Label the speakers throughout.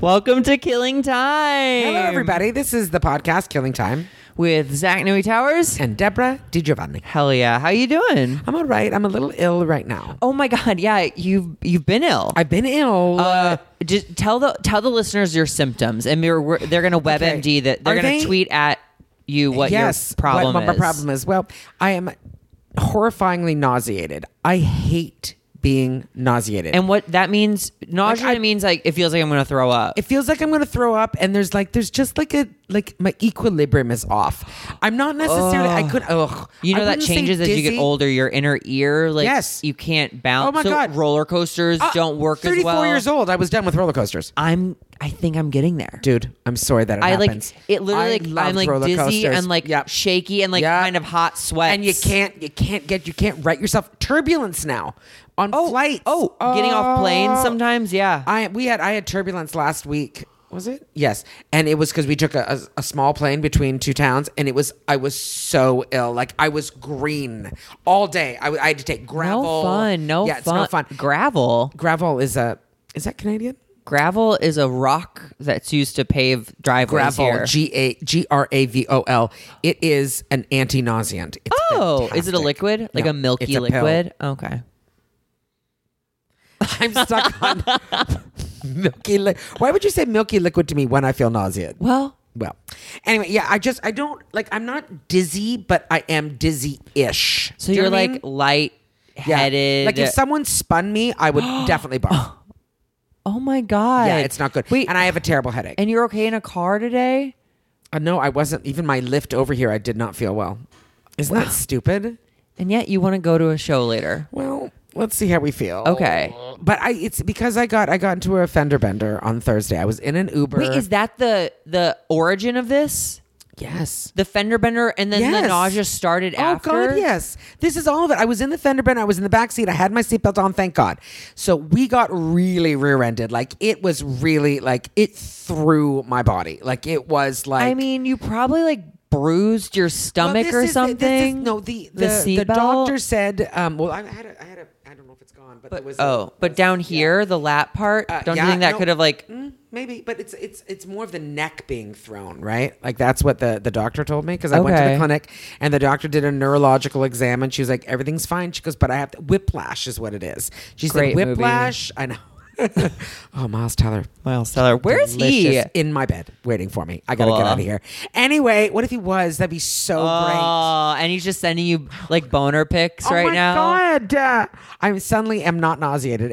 Speaker 1: Welcome to Killing Time.
Speaker 2: Hello, everybody. This is the podcast Killing Time
Speaker 1: With Zach Newey Towers.
Speaker 2: and Deborah DiGiovanni.
Speaker 1: Hell yeah. How you doing?
Speaker 2: I'm all right. I'm a little ill right now.
Speaker 1: Oh my god, yeah, you've you've been ill.
Speaker 2: I've been ill.
Speaker 1: uh, just tell the tell the listeners your symptoms, and they're we're- they're gonna WebMD that they're
Speaker 2: Are
Speaker 1: gonna
Speaker 2: they-
Speaker 1: tweet at you what
Speaker 2: yes.
Speaker 1: your problem
Speaker 2: what,
Speaker 1: is.
Speaker 2: my problem is. Well, I am horrifyingly nauseated. I hate being nauseated.
Speaker 1: and what that means nausea
Speaker 2: I-
Speaker 1: means like it feels like I'm gonna throw up.
Speaker 2: it feels like I'm going to throw up, and there's like there's just like a like my equilibrium is off. I'm not necessarily. I could. Ugh.
Speaker 1: you
Speaker 2: I
Speaker 1: know that
Speaker 2: wouldn't say
Speaker 1: changes as you get
Speaker 2: dizzy.
Speaker 1: older. Your inner ear, like
Speaker 2: Yes.
Speaker 1: you can't bounce.
Speaker 2: Oh my
Speaker 1: So
Speaker 2: God.
Speaker 1: roller coasters
Speaker 2: Uh,
Speaker 1: don't work as
Speaker 2: 34
Speaker 1: well.
Speaker 2: years old. I was done with roller coasters.
Speaker 1: I'm. I think I'm getting there.
Speaker 2: Dude, I'm sorry that it
Speaker 1: I like
Speaker 2: happens.
Speaker 1: it.
Speaker 2: I
Speaker 1: Literally, like, I'm
Speaker 2: loved
Speaker 1: like
Speaker 2: roller
Speaker 1: dizzy
Speaker 2: coasters.
Speaker 1: and like
Speaker 2: Yep.
Speaker 1: shaky and like
Speaker 2: Yeah.
Speaker 1: kind of hot sweat.
Speaker 2: and you can't you can't get you can't write yourself turbulence now on flights.
Speaker 1: Oh, uh, getting off
Speaker 2: Oh.
Speaker 1: planes sometimes. Yeah.
Speaker 2: I we had I had turbulence last week. Was it? Yes, and it was because we took a, a, a small plane between two towns, and it was I was so ill, like I was green all day. I, w- I had to take gravel.
Speaker 1: no fun. No
Speaker 2: yeah, it's
Speaker 1: fun.
Speaker 2: no fun.
Speaker 1: Gravel.
Speaker 2: Gravel is a is that Canadian?
Speaker 1: Gravel is a rock that's used to pave driveways
Speaker 2: Gravel,
Speaker 1: here.
Speaker 2: G A G R A V O L. It is an anti-nauseant. It's
Speaker 1: oh, is it a
Speaker 2: fantastic.
Speaker 1: liquid? Like
Speaker 2: No,
Speaker 1: a milky
Speaker 2: it's a pill.
Speaker 1: liquid? Okay.
Speaker 2: I'm stuck on milky. Li- Why would you say milky liquid to me when I feel nauseated?
Speaker 1: Well,
Speaker 2: Well, anyway, yeah, I just I don't like I'm not dizzy, but I am dizzy-ish.
Speaker 1: so
Speaker 2: Do you
Speaker 1: you're
Speaker 2: know what I
Speaker 1: like
Speaker 2: mean?
Speaker 1: light
Speaker 2: Yeah.
Speaker 1: headed.
Speaker 2: Like if someone spun me, I would definitely barf.
Speaker 1: oh my god.
Speaker 2: Yeah, it's not good.
Speaker 1: Wait,
Speaker 2: and I have a terrible headache.
Speaker 1: and you're okay in a car today?
Speaker 2: Uh, no, I wasn't. Even my lift over here, I did not feel well. Isn't that stupid?
Speaker 1: And yet you want to go to a show later.
Speaker 2: Well, let's see how we feel.
Speaker 1: Okay.
Speaker 2: But I it's because I got I got into a fender bender on Thursday. I was in an Uber.
Speaker 1: Wait, is that the the origin of this?
Speaker 2: yes.
Speaker 1: The fender bender and then the
Speaker 2: Yes.
Speaker 1: nausea started after?
Speaker 2: Oh God, yes. This is all of it. I was in the fender bender. I was in the back seat. I had my seatbelt on. Thank God. So we got really rear-ended. Like it was really like it threw my body. Like it was like.
Speaker 1: I mean, you probably like bruised your
Speaker 2: Well,
Speaker 1: stomach
Speaker 2: this
Speaker 1: or
Speaker 2: is- this is-
Speaker 1: something.
Speaker 2: no, the
Speaker 1: The
Speaker 2: the, the,
Speaker 1: seatbelt?
Speaker 2: doctor said. Um, well, I had a, I had a. I don't know if it's gone, but, there was. a-
Speaker 1: Oh, but down here, the lap part.
Speaker 2: Uh,
Speaker 1: don't
Speaker 2: yeah,
Speaker 1: you think that
Speaker 2: no.
Speaker 1: could have like?
Speaker 2: Mm, maybe, but it's it's it's more of the neck being thrown, right? Like that's what the the doctor told me because I went to
Speaker 1: Okay.
Speaker 2: the clinic and the doctor did a neurological exam and she was like, everything's fine. She goes, but I have to, whiplash is what it is. She
Speaker 1: Great
Speaker 2: said
Speaker 1: movie.
Speaker 2: whiplash. I know. oh, Miles Teller.
Speaker 1: Miles Teller, where's he?
Speaker 2: Delicious. in my bed waiting for me? I gotta
Speaker 1: Ugh.
Speaker 2: get out of here. Anyway, what if he was? That'd be so great.
Speaker 1: Oh, and he's just sending you like boner pics right
Speaker 2: oh my
Speaker 1: now.
Speaker 2: God. Uh, I suddenly am not nauseated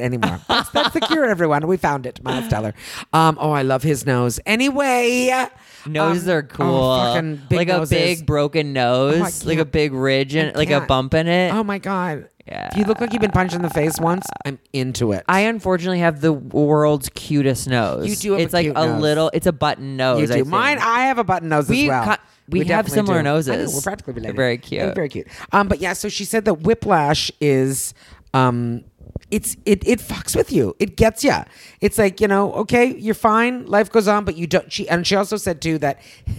Speaker 2: anymore. That's, that's the cure, everyone. We found it, Miles Teller. Um, oh, I love his nose. Anyway,
Speaker 1: Noses
Speaker 2: um,
Speaker 1: are
Speaker 2: oh,
Speaker 1: cool.
Speaker 2: fucking big
Speaker 1: like
Speaker 2: noses.
Speaker 1: a big broken nose, like a
Speaker 2: can't.
Speaker 1: big ridge and
Speaker 2: I
Speaker 1: like a
Speaker 2: can't.
Speaker 1: bump in it.
Speaker 2: Oh my god.
Speaker 1: Yeah.
Speaker 2: If you look like you've been punched in the face once, I'm into it.
Speaker 1: I unfortunately have the world's cutest nose.
Speaker 2: You do have a
Speaker 1: it's like
Speaker 2: cute
Speaker 1: a
Speaker 2: nose.
Speaker 1: little. It's a button nose.
Speaker 2: you
Speaker 1: I
Speaker 2: do.
Speaker 1: think.
Speaker 2: Mine, I have a button nose
Speaker 1: We
Speaker 2: as well.
Speaker 1: ca- we have
Speaker 2: definitely
Speaker 1: similar
Speaker 2: do. I know,
Speaker 1: noses.
Speaker 2: we're practically related.
Speaker 1: Very
Speaker 2: We're
Speaker 1: cute.
Speaker 2: very cute. Um, but yeah, so she said that whiplash is, um, it's it it fucks with you. It gets you. It's like you know, okay, you're fine. Life goes on, but you don't. She and she also said too that.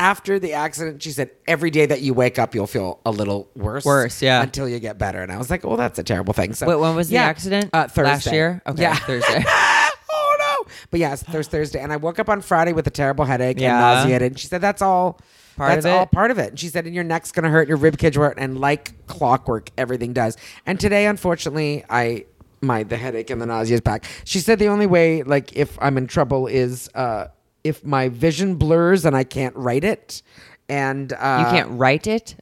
Speaker 2: After the accident, she said, every day that you wake up, you'll feel a little worse.
Speaker 1: Worse, yeah.
Speaker 2: Until you get better. And I was like, well, that's a terrible thing. So,
Speaker 1: Wait, when was
Speaker 2: yeah.
Speaker 1: the accident?
Speaker 2: Uh, Thursday.
Speaker 1: Last year. Okay,
Speaker 2: Yeah.
Speaker 1: Thursday.
Speaker 2: oh no! But yes, there's Thursday, and I woke up on Friday with a terrible headache
Speaker 1: Yeah.
Speaker 2: and nauseated. And she said that's all.
Speaker 1: Part
Speaker 2: that's
Speaker 1: of it?
Speaker 2: all part of it. And she said, and your neck's gonna hurt, your rib cage hurt, and like clockwork, everything does. And today, unfortunately, I my the headache and the nausea is back. She said the only way, like, if I'm in trouble is uh, if my vision blurs and I can't write it, and uh,
Speaker 1: you can't write it.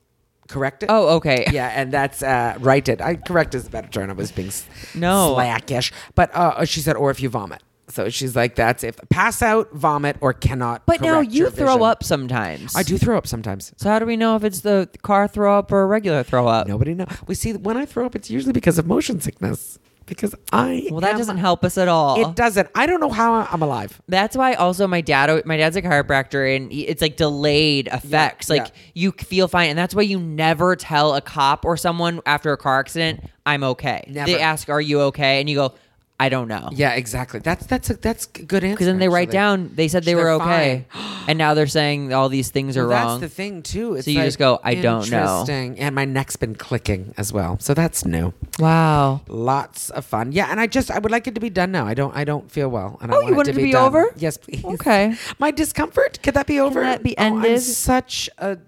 Speaker 2: correct it.
Speaker 1: Oh, okay.
Speaker 2: Yeah, and that's uh, right. It I correct is the better term. I was being s-
Speaker 1: No.
Speaker 2: slackish, but uh, she said, or if you vomit. So she's like, that's if pass out, vomit, or cannot.
Speaker 1: But now
Speaker 2: correct
Speaker 1: you
Speaker 2: your
Speaker 1: throw
Speaker 2: vision.
Speaker 1: up sometimes.
Speaker 2: I do throw up sometimes.
Speaker 1: So how do we know if it's the car throw up or a regular throw up?
Speaker 2: Nobody knows. We see when I throw up, it's usually because of motion sickness. Because I
Speaker 1: Well, that
Speaker 2: am-
Speaker 1: doesn't help us at all.
Speaker 2: It doesn't. I don't know how I'm alive.
Speaker 1: That's why also my dad my dad's a chiropractor and he- it's like delayed effects.
Speaker 2: yeah.
Speaker 1: like you feel fine and that's why you never tell a cop or someone after a car accident I'm okay.
Speaker 2: Never.
Speaker 1: They ask are you okay and you go I don't know.
Speaker 2: Yeah, exactly. That's that's a that's a good answer.
Speaker 1: Because then they write down, they said they
Speaker 2: They're
Speaker 1: were okay, and now they're saying all these things are
Speaker 2: Well,
Speaker 1: wrong.
Speaker 2: That's the thing too. It's
Speaker 1: So you
Speaker 2: like,
Speaker 1: just go, "I don't know."
Speaker 2: Interesting. And my neck's been clicking as well, so that's new.
Speaker 1: wow.
Speaker 2: Lots of fun. Yeah, and I just I would like it to be done now. I don't I don't feel well, and I
Speaker 1: Oh,
Speaker 2: want
Speaker 1: you want
Speaker 2: it to be,
Speaker 1: be
Speaker 2: done.
Speaker 1: over?
Speaker 2: Yes, please.
Speaker 1: Okay.
Speaker 2: My discomfort could that be over?
Speaker 1: that be
Speaker 2: Oh, I'm
Speaker 1: ended?
Speaker 2: such a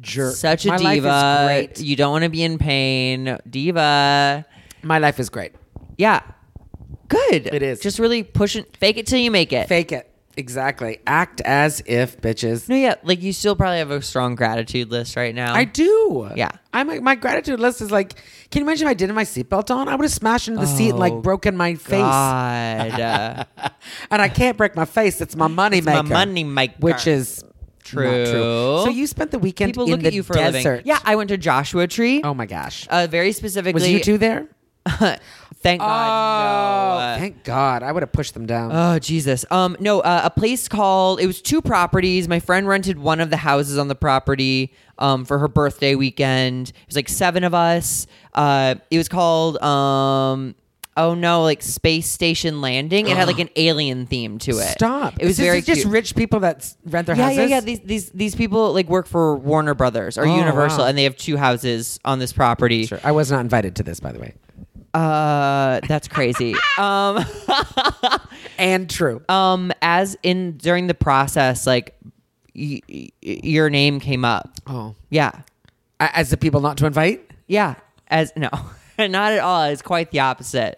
Speaker 2: jerk.
Speaker 1: Such a
Speaker 2: my
Speaker 1: diva.
Speaker 2: Life is great.
Speaker 1: You don't want to be in pain, diva.
Speaker 2: My life is great.
Speaker 1: Yeah. Good.
Speaker 2: It is.
Speaker 1: Just really push it. Fake it till you make it.
Speaker 2: Fake it. Exactly. Act as if, bitches.
Speaker 1: No, yeah. Like you still probably have a strong gratitude list right now.
Speaker 2: I do.
Speaker 1: Yeah.
Speaker 2: I'm like, my gratitude list is like, can you imagine if I didn't have my seatbelt on? I would have smashed into the seat and
Speaker 1: Oh,
Speaker 2: like broken my face.
Speaker 1: God. Uh,
Speaker 2: and I can't break my face. It's my money
Speaker 1: my
Speaker 2: maker.
Speaker 1: money maker.
Speaker 2: which is
Speaker 1: True.
Speaker 2: not true. So you spent the weekend
Speaker 1: people
Speaker 2: in
Speaker 1: look
Speaker 2: the
Speaker 1: at you for a
Speaker 2: desert.
Speaker 1: living. Yeah, I went to Joshua Tree.
Speaker 2: Oh my gosh.
Speaker 1: Uh, very specifically.
Speaker 2: was you two there?
Speaker 1: thank God. no.
Speaker 2: oh, thank God! I would have pushed them down.
Speaker 1: Oh Jesus! Um, no, uh, a place called. It was two properties. My friend rented one of the houses on the property um, for her birthday weekend. It was like seven of us. Uh, it was called. Um, oh no, like Space Station Landing. It had like an alien theme to it.
Speaker 2: Stop!
Speaker 1: It was
Speaker 2: Is this
Speaker 1: very
Speaker 2: just
Speaker 1: cute.
Speaker 2: rich people that s- rent their
Speaker 1: yeah, yeah,
Speaker 2: houses.
Speaker 1: yeah. These, these these people like work for Warner Brothers or
Speaker 2: Oh,
Speaker 1: Universal,
Speaker 2: wow.
Speaker 1: and they have two houses on this property.
Speaker 2: Sure. I was not invited to this, by the way.
Speaker 1: Uh, that's crazy. um.
Speaker 2: And true.
Speaker 1: um as in during the process like y- y- your name came up
Speaker 2: oh,
Speaker 1: yeah
Speaker 2: A- as the people not to invite.
Speaker 1: yeah as no not at all it's quite the opposite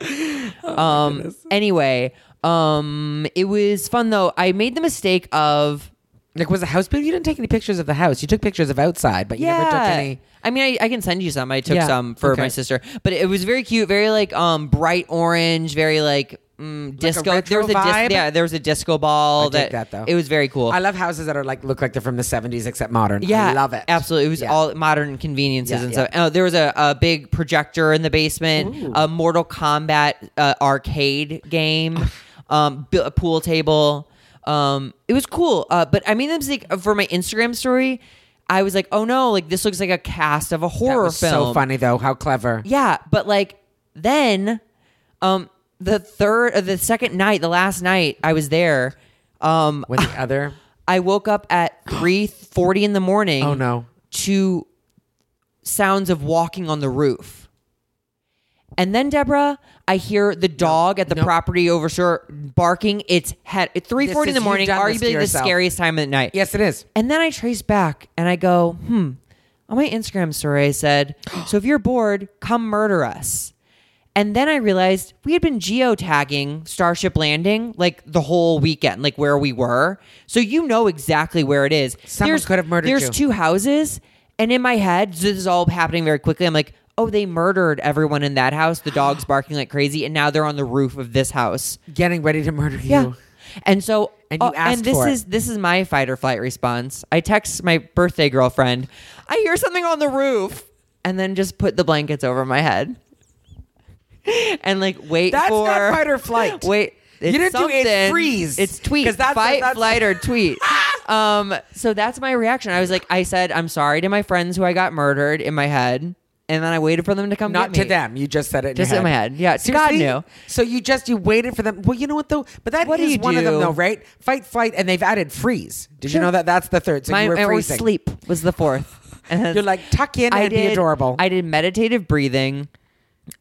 Speaker 2: Oh,
Speaker 1: um anyway um it was fun though i made the mistake of
Speaker 2: Like, was the house big? You didn't take any pictures of the house. You took pictures of outside, but you
Speaker 1: yeah
Speaker 2: never took any.
Speaker 1: i mean I, I can send you some i took
Speaker 2: Yeah,
Speaker 1: some for
Speaker 2: okay.
Speaker 1: my sister but it was very cute very like um bright orange very like Mm, disco. there
Speaker 2: retro
Speaker 1: was a dis-
Speaker 2: vibe?
Speaker 1: yeah. There was a disco ball.
Speaker 2: I dig that, though.
Speaker 1: It was very cool.
Speaker 2: I love houses that are like look like they're from the '70s except modern.
Speaker 1: Yeah,
Speaker 2: I love it.
Speaker 1: Absolutely, it was
Speaker 2: Yeah.
Speaker 1: all modern conveniences
Speaker 2: Yeah,
Speaker 1: and stuff. Oh, there was a, a big projector in the basement, a Mortal Kombat uh, arcade game, um, bu- a pool table. Um, it was cool, uh, but I mean, it was like for my Instagram story, I was like, "Oh no! Like this looks like a cast of a
Speaker 2: That
Speaker 1: horror
Speaker 2: was
Speaker 1: film."
Speaker 2: So funny though. How clever.
Speaker 1: Yeah, but like then, um, the third, uh, the second night, the last night I was there, um,
Speaker 2: When the other.
Speaker 1: I woke up at three forty in the morning.
Speaker 2: Oh no.
Speaker 1: to sounds of walking on the roof. And then Deborah, I hear the dog at the
Speaker 2: no.
Speaker 1: property over shore barking. It's head at three forty in
Speaker 2: is-
Speaker 1: the
Speaker 2: you've
Speaker 1: morning,
Speaker 2: done this to
Speaker 1: arguably the
Speaker 2: yourself.
Speaker 1: scariest time of the night.
Speaker 2: Yes, it is.
Speaker 1: And then I trace back and I go, hmm, on my Instagram story, I said, so if you're bored, come murder us. And then I realized we had been geotagging Starship Landing like the whole weekend, like where we were. So you know exactly where it is.
Speaker 2: Someone could have murdered
Speaker 1: There's
Speaker 2: you.
Speaker 1: two houses. And in my head, this is all happening very quickly. I'm like, oh, they murdered everyone in that house. The dog's barking like crazy. And now they're on the roof of this house.
Speaker 2: Getting ready to murder
Speaker 1: Yeah.
Speaker 2: you.
Speaker 1: And so
Speaker 2: And you
Speaker 1: oh,
Speaker 2: asked
Speaker 1: and this
Speaker 2: for it.
Speaker 1: is this is my fight or flight response. I text my birthday girlfriend, I hear something on the roof, and then just put the blankets over my head. And like wait
Speaker 2: That's
Speaker 1: for
Speaker 2: not fight or flight.
Speaker 1: Wait.
Speaker 2: You
Speaker 1: it's
Speaker 2: didn't do it,
Speaker 1: something.
Speaker 2: freeze.
Speaker 1: It's tweet.
Speaker 2: 'Cause that's-
Speaker 1: fight,
Speaker 2: that's- Ah!
Speaker 1: flight, or tweet. um, so that's my reaction. I was like, I said, I'm sorry to my friends who I got murdered in my head, and then I waited for them to come
Speaker 2: Not
Speaker 1: get me.
Speaker 2: to them. You just said it. In
Speaker 1: Just
Speaker 2: your
Speaker 1: in my head. Yeah, to God, no.
Speaker 2: So you just you waited for them. Well, you know what though. But that is
Speaker 1: What do you
Speaker 2: one of them
Speaker 1: do?
Speaker 2: though, right? Fight, flight, and they've added freeze. Did
Speaker 1: Sure.
Speaker 2: you know that? That's the third. So
Speaker 1: My,
Speaker 2: you were
Speaker 1: I was
Speaker 2: freezing.
Speaker 1: sleep was the fourth. And
Speaker 2: You're like tuck in and be adorable.
Speaker 1: I did meditative breathing.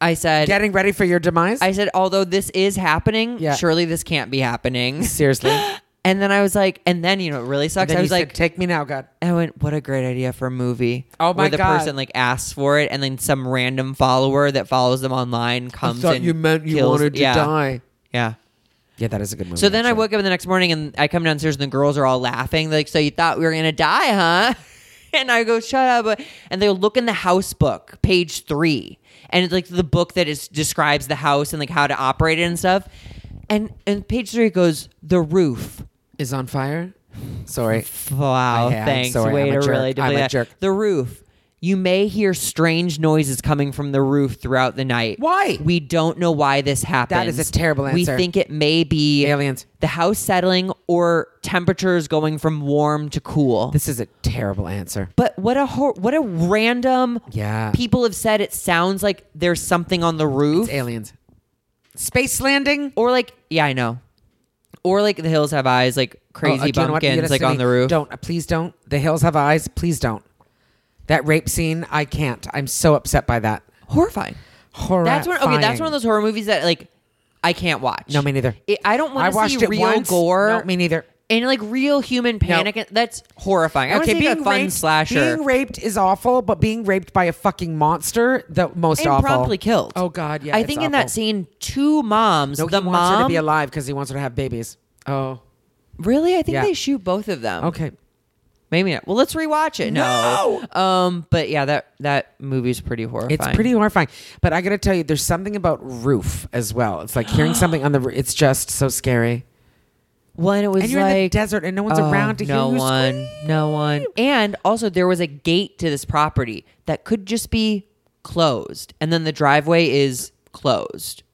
Speaker 1: I said,
Speaker 2: Getting ready for your demise.
Speaker 1: I said, although this is happening,
Speaker 2: Yeah.
Speaker 1: surely this can't be happening.
Speaker 2: Seriously.
Speaker 1: And then I was like, and then you know, it really sucks.
Speaker 2: then
Speaker 1: I
Speaker 2: you
Speaker 1: was
Speaker 2: said,
Speaker 1: like,
Speaker 2: "Take me now, God."
Speaker 1: I went, what a great idea for a movie.
Speaker 2: Oh my
Speaker 1: where the
Speaker 2: God.
Speaker 1: person like asks for it, and then some random follower that follows them online comes. and kills- yeah, Yeah.
Speaker 2: Yeah, that is a good movie.
Speaker 1: So then I
Speaker 2: actually.
Speaker 1: woke up the next morning and I come downstairs and the girls are all laughing. They're like, so you thought we were gonna die, huh? And I go, shut up. And they look in the house book, page three, and it's like the book that is describes the house and like how to operate it and stuff. And and page three goes the roof.
Speaker 2: is on fire. Sorry.
Speaker 1: Wow,
Speaker 2: I am
Speaker 1: thanks.
Speaker 2: sorry,
Speaker 1: Way
Speaker 2: I'm
Speaker 1: to
Speaker 2: a jerk.
Speaker 1: really delay
Speaker 2: I'm a
Speaker 1: that.
Speaker 2: jerk.
Speaker 1: The roof. You may hear strange noises coming from the roof throughout the night.
Speaker 2: Why?
Speaker 1: We don't know why this happens.
Speaker 2: is a terrible
Speaker 1: We
Speaker 2: answer.
Speaker 1: think it may be
Speaker 2: Aliens.
Speaker 1: the house settling or temperatures going from warm to cool.
Speaker 2: This is a terrible answer.
Speaker 1: but what a hor- what a random
Speaker 2: Yeah.
Speaker 1: people have said it sounds like there's something on the roof.
Speaker 2: It's aliens. Space landing.
Speaker 1: Or like, yeah, I know. Or like The Hills Have Eyes, like
Speaker 2: Oh, uh,
Speaker 1: crazy
Speaker 2: do you know what? You
Speaker 1: bumpkins,
Speaker 2: gotta
Speaker 1: like
Speaker 2: send
Speaker 1: on
Speaker 2: me-
Speaker 1: the roof.
Speaker 2: Don't uh, please don't. The hills have eyes. Please don't. That rape scene. I can't. I'm so upset by that.
Speaker 1: Horrifying.
Speaker 2: Horror.
Speaker 1: That's one. Okay, that's one of those horror movies that like I can't watch.
Speaker 2: No, me neither.
Speaker 1: It, I don't
Speaker 2: I
Speaker 1: want to
Speaker 2: watched
Speaker 1: see
Speaker 2: it
Speaker 1: real
Speaker 2: once.
Speaker 1: gore.
Speaker 2: No, me neither.
Speaker 1: And like real human panic. and That's horrifying. I want to
Speaker 2: okay,
Speaker 1: see a
Speaker 2: being
Speaker 1: fun
Speaker 2: raped,
Speaker 1: slasher.
Speaker 2: Being raped is awful, but being raped by a fucking monster, the most
Speaker 1: and
Speaker 2: awful.
Speaker 1: promptly killed.
Speaker 2: Oh God, yeah.
Speaker 1: I
Speaker 2: it's
Speaker 1: think in that
Speaker 2: awful.
Speaker 1: scene, two moms.
Speaker 2: no,
Speaker 1: the
Speaker 2: he wants her to
Speaker 1: mom.
Speaker 2: be alive because he wants her to have babies. Oh,
Speaker 1: really, I think
Speaker 2: Yeah.
Speaker 1: they shoot both of them.
Speaker 2: okay.
Speaker 1: Maybe not. Well, let's rewatch it. No. Um. But yeah, that that movie's pretty horrifying.
Speaker 2: It's pretty horrifying. But I got to tell you, there's something about roof as well. It's like hearing something on the. roo- It's just so scary.
Speaker 1: Well, and it was
Speaker 2: And you're
Speaker 1: like
Speaker 2: in the desert and no one's
Speaker 1: oh,
Speaker 2: around to hear
Speaker 1: no
Speaker 2: you
Speaker 1: one, no one. And also, there was a gate to this property that could just be closed, and then the driveway is closed.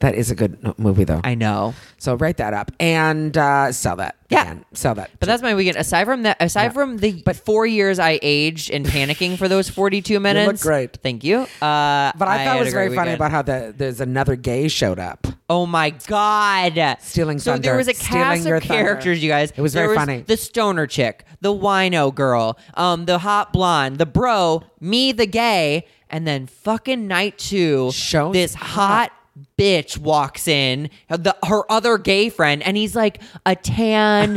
Speaker 2: That is a good no- movie though.
Speaker 1: I know,
Speaker 2: so write that up and uh, sell that.
Speaker 1: Yeah.
Speaker 2: Again. sell that.
Speaker 1: but that's my weekend. Aside from that, aside
Speaker 2: Yeah.
Speaker 1: from the but four years I aged and panicking for those forty-two minutes,
Speaker 2: great.
Speaker 1: Thank you. Uh,
Speaker 2: But I, thought
Speaker 1: had
Speaker 2: it
Speaker 1: a
Speaker 2: was very
Speaker 1: great
Speaker 2: funny
Speaker 1: weekend.
Speaker 2: about how the, there's another gay showed up.
Speaker 1: Oh my God.
Speaker 2: Stealing
Speaker 1: So there
Speaker 2: thunder.
Speaker 1: was a
Speaker 2: Stealing
Speaker 1: cast
Speaker 2: your
Speaker 1: of
Speaker 2: thunder.
Speaker 1: characters, you guys.
Speaker 2: It was
Speaker 1: There
Speaker 2: very funny.
Speaker 1: The stoner chick, the wino girl, um, the hot blonde, the bro, me, the gay, and then fucking night two,
Speaker 2: Shows
Speaker 1: this hot bitch walks in, the, her other gay friend, and he's like a tan,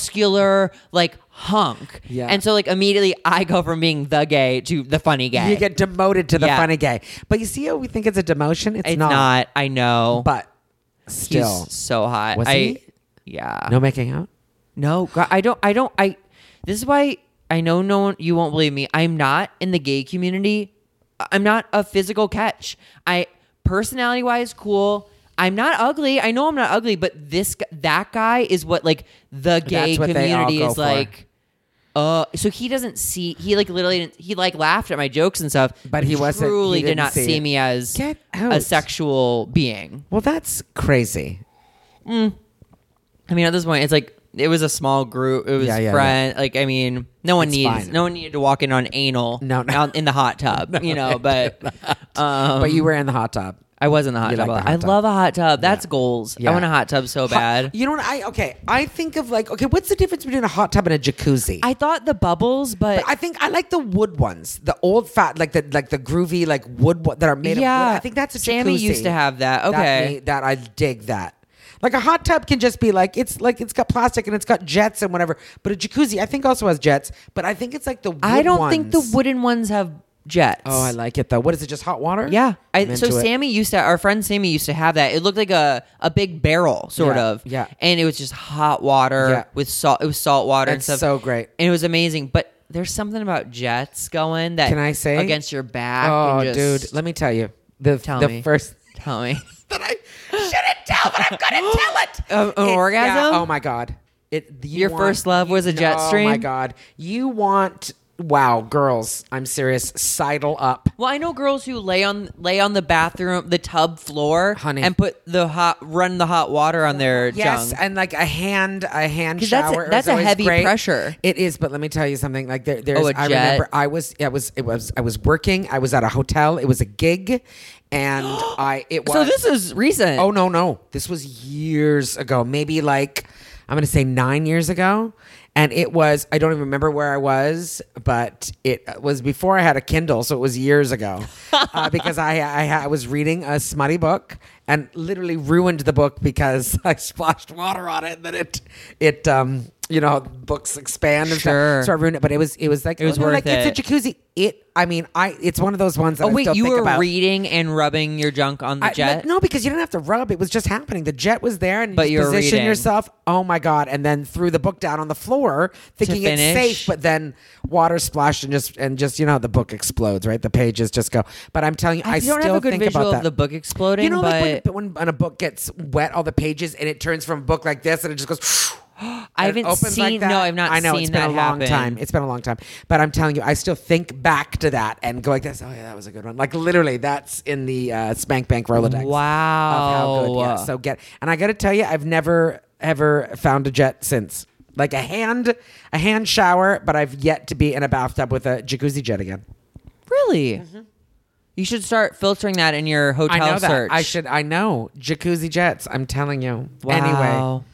Speaker 1: muscular, like hunk.
Speaker 2: Yeah.
Speaker 1: And so like immediately I go from being the gay to the funny gay.
Speaker 2: You get demoted to the
Speaker 1: Yeah.
Speaker 2: funny gay. But you see how we think it's a demotion? It's,
Speaker 1: it's not. I know.
Speaker 2: But
Speaker 1: he's
Speaker 2: still,
Speaker 1: so hot.
Speaker 2: Was
Speaker 1: I,
Speaker 2: he?
Speaker 1: Yeah.
Speaker 2: no making out.
Speaker 1: No, God, I don't. I don't. I. This is why I know no one. You won't believe me. I'm not in the gay community. I'm not a physical catch. I personality wise, cool. I'm not ugly. I know I'm not ugly, but this gu- that guy is what like the gay
Speaker 2: That's what they all
Speaker 1: community
Speaker 2: go
Speaker 1: is
Speaker 2: for.
Speaker 1: like. Uh, so he doesn't see. He like literally. Didn't, he like laughed at my jokes and stuff,
Speaker 2: But he wasn't- he
Speaker 1: Truly did
Speaker 2: didn't
Speaker 1: not
Speaker 2: see
Speaker 1: see
Speaker 2: it.
Speaker 1: me as
Speaker 2: Get
Speaker 1: a
Speaker 2: out.
Speaker 1: sexual being.
Speaker 2: Well, that's crazy.
Speaker 1: I mean, at this point, it's like it was a small group. It was
Speaker 2: Yeah, yeah,
Speaker 1: friend. Like, I mean, no one
Speaker 2: It's
Speaker 1: needs
Speaker 2: fine.
Speaker 1: no one needed to walk in on anal.
Speaker 2: No, no.
Speaker 1: out in the hot tub. you know, but um,
Speaker 2: but you were in the hot tub.
Speaker 1: I was in the hot
Speaker 2: You
Speaker 1: tub.
Speaker 2: like the
Speaker 1: I
Speaker 2: hot tub.
Speaker 1: love a hot tub. That's goals. I
Speaker 2: Yeah.
Speaker 1: want a hot tub so bad.
Speaker 2: Hot- you know what? I okay. I think of like okay. What's the difference between a hot tub and a jacuzzi?
Speaker 1: I thought the bubbles, but,
Speaker 2: I think I like the wood ones, the old fat, like the like the groovy, like wood one- that are made of
Speaker 1: Yeah.
Speaker 2: wood. I think that's a
Speaker 1: Sammy
Speaker 2: jacuzzi.
Speaker 1: used to have that. Okay.
Speaker 2: me- that I dig that. Like a hot tub can just be like it's like it's got plastic and it's got jets and whatever. But a jacuzzi, I think, also has jets. But I think it's like the wood
Speaker 1: I don't think the
Speaker 2: ones.
Speaker 1: wooden ones have jets.
Speaker 2: Oh, I like it though. What is it? Just hot water?
Speaker 1: Yeah. I,
Speaker 2: I'm
Speaker 1: so
Speaker 2: into it.
Speaker 1: Sammy used to, our friend Sammy used to have that. It looked like a, a big barrel, sort
Speaker 2: Yeah,
Speaker 1: of.
Speaker 2: yeah.
Speaker 1: And it was just hot water
Speaker 2: Yeah.
Speaker 1: with salt. It was salt water and
Speaker 2: That's
Speaker 1: stuff.
Speaker 2: so great.
Speaker 1: And it was amazing. But there's something about jets going that
Speaker 2: Can I say?
Speaker 1: against your back.
Speaker 2: Oh,
Speaker 1: and just-
Speaker 2: dude, let me tell you. The
Speaker 1: Tell
Speaker 2: the
Speaker 1: me.
Speaker 2: first
Speaker 1: tell me.
Speaker 2: that I shouldn't tell, but I'm gonna tell it.
Speaker 1: An- an
Speaker 2: It-
Speaker 1: orgasm?
Speaker 2: oh my god! It you
Speaker 1: Your first love was a jet
Speaker 2: Oh my
Speaker 1: stream?
Speaker 2: god! You want wow, girls? I'm serious. Sidle up.
Speaker 1: Well, I know girls who lay on lay on the bathroom, the tub floor,
Speaker 2: Honey.
Speaker 1: and put the hot run the hot water on their
Speaker 2: Yes,
Speaker 1: junk.
Speaker 2: and like a hand, a hand
Speaker 1: 'Cause that's a-
Speaker 2: shower. is
Speaker 1: that's a
Speaker 2: always
Speaker 1: heavy
Speaker 2: great.
Speaker 1: pressure.
Speaker 2: It is, but let me tell you something. Like there, there's.
Speaker 1: Oh, a
Speaker 2: I
Speaker 1: jet.
Speaker 2: remember I was, I was, it was, I was working. I was at a hotel. It was a gig, and I. It was.
Speaker 1: so this is recent.
Speaker 2: Oh no, no. This was years ago. Maybe like I'm gonna say nine years ago. And it was I don't even remember where I was, but it was before I had a Kindle, so it was years ago. uh, because I, I I was reading a smutty book and literally ruined the book because I splashed water on it. And then it it um you know books expand and
Speaker 1: Sure.
Speaker 2: stuff, so I ruined it. But it was it was like
Speaker 1: was
Speaker 2: oh, no,
Speaker 1: worth
Speaker 2: like, It's a
Speaker 1: it.
Speaker 2: jacuzzi. It I mean I it's one of those ones that
Speaker 1: Oh,
Speaker 2: I
Speaker 1: wait,
Speaker 2: still
Speaker 1: you
Speaker 2: think
Speaker 1: were
Speaker 2: about.
Speaker 1: reading and rubbing your junk on the
Speaker 2: I-
Speaker 1: jet.
Speaker 2: like, no, because you didn't have to rub. It was just happening. The jet was there, and you
Speaker 1: But
Speaker 2: just
Speaker 1: you were
Speaker 2: positioned
Speaker 1: reading.
Speaker 2: yourself. Oh my god! And then threw the book down on the floor, thinking it's
Speaker 1: finish.
Speaker 2: safe. But then water splashed, and just and just you know the book explodes. Right, the pages just go. But I'm telling you, I,
Speaker 1: I
Speaker 2: still
Speaker 1: don't have a good
Speaker 2: think
Speaker 1: visual
Speaker 2: about that.
Speaker 1: of the book exploding,
Speaker 2: you know,
Speaker 1: but
Speaker 2: like when, when, when a book gets wet, all the pages, and it turns from a book like this, and it just goes.
Speaker 1: I
Speaker 2: and
Speaker 1: haven't
Speaker 2: opens
Speaker 1: seen.
Speaker 2: like that.
Speaker 1: no, I've not.
Speaker 2: I know
Speaker 1: seen
Speaker 2: it's been
Speaker 1: that
Speaker 2: a long
Speaker 1: happen.
Speaker 2: time. It's been a long time, but I'm telling you, I still think back to that and go like this. Oh yeah, that was a good one. Like literally, that's in the uh, Spank Bank Rolodex.
Speaker 1: Wow.
Speaker 2: Of how good, yeah. So get, and I got to tell you, I've never ever found a jet since. Like a hand, a hand shower, but I've yet to be in a bathtub with a jacuzzi jet again.
Speaker 1: really, You should start filtering that in your hotel
Speaker 2: Mm-hmm. I know
Speaker 1: search.
Speaker 2: that. I should. I know jacuzzi jets. I'm telling you. Anyway.
Speaker 1: Wow.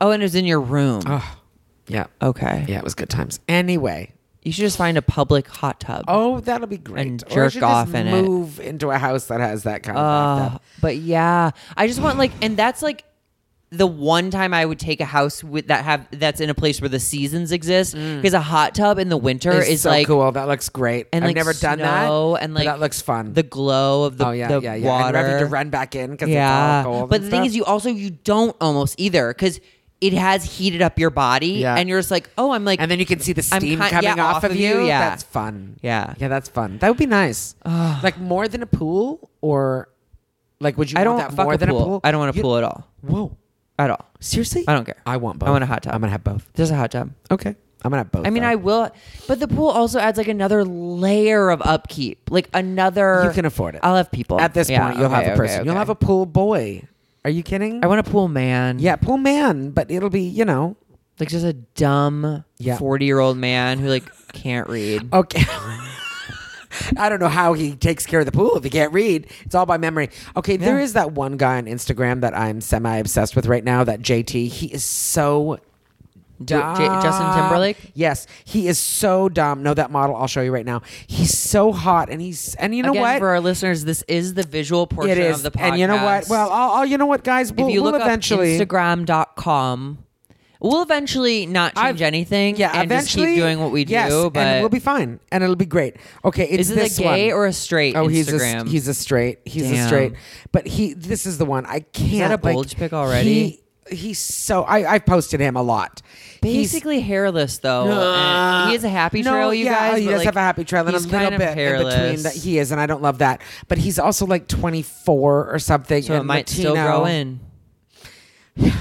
Speaker 1: Oh, and it was in your room.
Speaker 2: Oh, yeah.
Speaker 1: okay.
Speaker 2: Yeah, it was good times. Anyway.
Speaker 1: You should just find a public hot tub.
Speaker 2: Oh, that'll be great.
Speaker 1: And
Speaker 2: Or I
Speaker 1: jerk
Speaker 2: should
Speaker 1: off
Speaker 2: just
Speaker 1: in it.
Speaker 2: move into a house that has that kind of
Speaker 1: Uh,
Speaker 2: bathtub.
Speaker 1: but yeah, I just want like, and that's like the one time I would take a house with that have that's in a place where the seasons exist because a hot tub in the winter
Speaker 2: Mm. It's
Speaker 1: is
Speaker 2: so
Speaker 1: like
Speaker 2: cool. That looks great.
Speaker 1: and
Speaker 2: I've
Speaker 1: like
Speaker 2: never done that.
Speaker 1: snow and,
Speaker 2: but
Speaker 1: like,
Speaker 2: that looks fun.
Speaker 1: the glow of the,
Speaker 2: oh yeah,
Speaker 1: the
Speaker 2: yeah, yeah. And
Speaker 1: water.
Speaker 2: you have to run back in because
Speaker 1: yeah,
Speaker 2: it's all cold.
Speaker 1: but
Speaker 2: and
Speaker 1: the thing
Speaker 2: stuff.
Speaker 1: is, you also you don't almost either because it has heated up your body,
Speaker 2: Yeah.
Speaker 1: and you're just like, oh, I'm like,
Speaker 2: and then you can see the
Speaker 1: I'm
Speaker 2: steam
Speaker 1: kind-
Speaker 2: coming
Speaker 1: yeah,
Speaker 2: off, of you.
Speaker 1: yeah.
Speaker 2: that's fun.
Speaker 1: Yeah.
Speaker 2: yeah, that's fun. That would be nice. like more than a pool, or like would you?
Speaker 1: I
Speaker 2: want
Speaker 1: don't
Speaker 2: that
Speaker 1: fuck
Speaker 2: more
Speaker 1: a
Speaker 2: than
Speaker 1: pool.
Speaker 2: a pool.
Speaker 1: I don't want a
Speaker 2: You-
Speaker 1: pool at all,
Speaker 2: Whoa,
Speaker 1: at all.
Speaker 2: seriously?
Speaker 1: I don't care.
Speaker 2: I want both.
Speaker 1: I want a hot tub.
Speaker 2: I'm gonna have both.
Speaker 1: There's a hot tub.
Speaker 2: Okay, I'm gonna have both.
Speaker 1: I mean,
Speaker 2: though.
Speaker 1: I will, but the pool also adds like another layer of upkeep, like another.
Speaker 2: You can afford it.
Speaker 1: I'll have people
Speaker 2: at this
Speaker 1: Yeah,
Speaker 2: point you'll
Speaker 1: okay,
Speaker 2: have a person.
Speaker 1: okay,
Speaker 2: You'll
Speaker 1: okay.
Speaker 2: have a pool boy. Are you kidding?
Speaker 1: I want a pool man.
Speaker 2: yeah, pool man, but it'll be you know
Speaker 1: like just a dumb
Speaker 2: Yeah. Oh,
Speaker 1: forty-year-old man who like can't read.
Speaker 2: Okay. I don't know how he takes care of the pool if he can't read. It's all by memory. Okay, there is that one guy on Instagram that I'm semi obsessed with right now, that JT. He is so
Speaker 1: Ju- J- Justin
Speaker 2: dumb.
Speaker 1: Timberlake?
Speaker 2: Yes. He is so dumb. No, that model I'll show you right now. He's so hot and he's and you know
Speaker 1: Again,
Speaker 2: what?
Speaker 1: for our listeners, this is the visual portion
Speaker 2: it is.
Speaker 1: of the podcast.
Speaker 2: and you know what? Well, I'll, I'll- you know what, guys? We'll,
Speaker 1: if you
Speaker 2: we'll
Speaker 1: look
Speaker 2: eventually.
Speaker 1: up Instagram.com, we'll eventually not change anything.
Speaker 2: yeah,
Speaker 1: and
Speaker 2: eventually
Speaker 1: just keep doing what we
Speaker 2: yes,
Speaker 1: do.
Speaker 2: and
Speaker 1: But
Speaker 2: we'll be fine, and it'll be great. Okay, it's
Speaker 1: is it a
Speaker 2: this
Speaker 1: gay
Speaker 2: one.
Speaker 1: or a straight
Speaker 2: Oh, he's
Speaker 1: Instagram?
Speaker 2: a, he's a straight. He's a
Speaker 1: Damn.
Speaker 2: straight. But he this is the one I can't.
Speaker 1: that a
Speaker 2: like,
Speaker 1: bulge pic already?
Speaker 2: He, he's so I I've posted him a lot. He's-
Speaker 1: basically hairless though.
Speaker 2: Nah.
Speaker 1: and he has a happy
Speaker 2: No,
Speaker 1: trail, you
Speaker 2: yeah,
Speaker 1: guys.
Speaker 2: He
Speaker 1: but,
Speaker 2: does
Speaker 1: like,
Speaker 2: have a happy trail and a
Speaker 1: he's
Speaker 2: little
Speaker 1: kind of
Speaker 2: bit
Speaker 1: hairless.
Speaker 2: in between that he is, and I don't love that. But he's also like 24 or something.
Speaker 1: so it
Speaker 2: and
Speaker 1: might still
Speaker 2: Latino,
Speaker 1: grow in.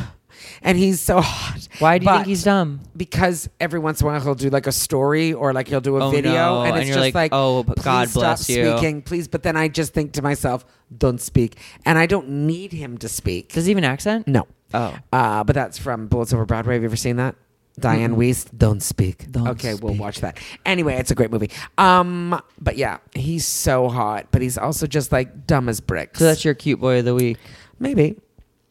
Speaker 2: And he's so hot.
Speaker 1: Why do you think
Speaker 2: But-
Speaker 1: he's dumb?
Speaker 2: because every once in a while he'll do like a story or like he'll do a
Speaker 1: Oh,
Speaker 2: video
Speaker 1: no.
Speaker 2: and it's
Speaker 1: And you're
Speaker 2: just
Speaker 1: like,
Speaker 2: like,
Speaker 1: oh, but
Speaker 2: please
Speaker 1: God
Speaker 2: stop
Speaker 1: bless you.
Speaker 2: speaking please but then i just think to myself don't speak and i don't need him to speak
Speaker 1: Does he have an accent?
Speaker 2: no
Speaker 1: Oh.
Speaker 2: uh, but that's from bullets over broadway have you ever seen that diane Weiss, don't speak
Speaker 1: Don't
Speaker 2: okay we'll watch that anyway it's a great movie um but yeah he's so hot but he's also just like dumb as bricks
Speaker 1: So that's your cute boy of the week.
Speaker 2: maybe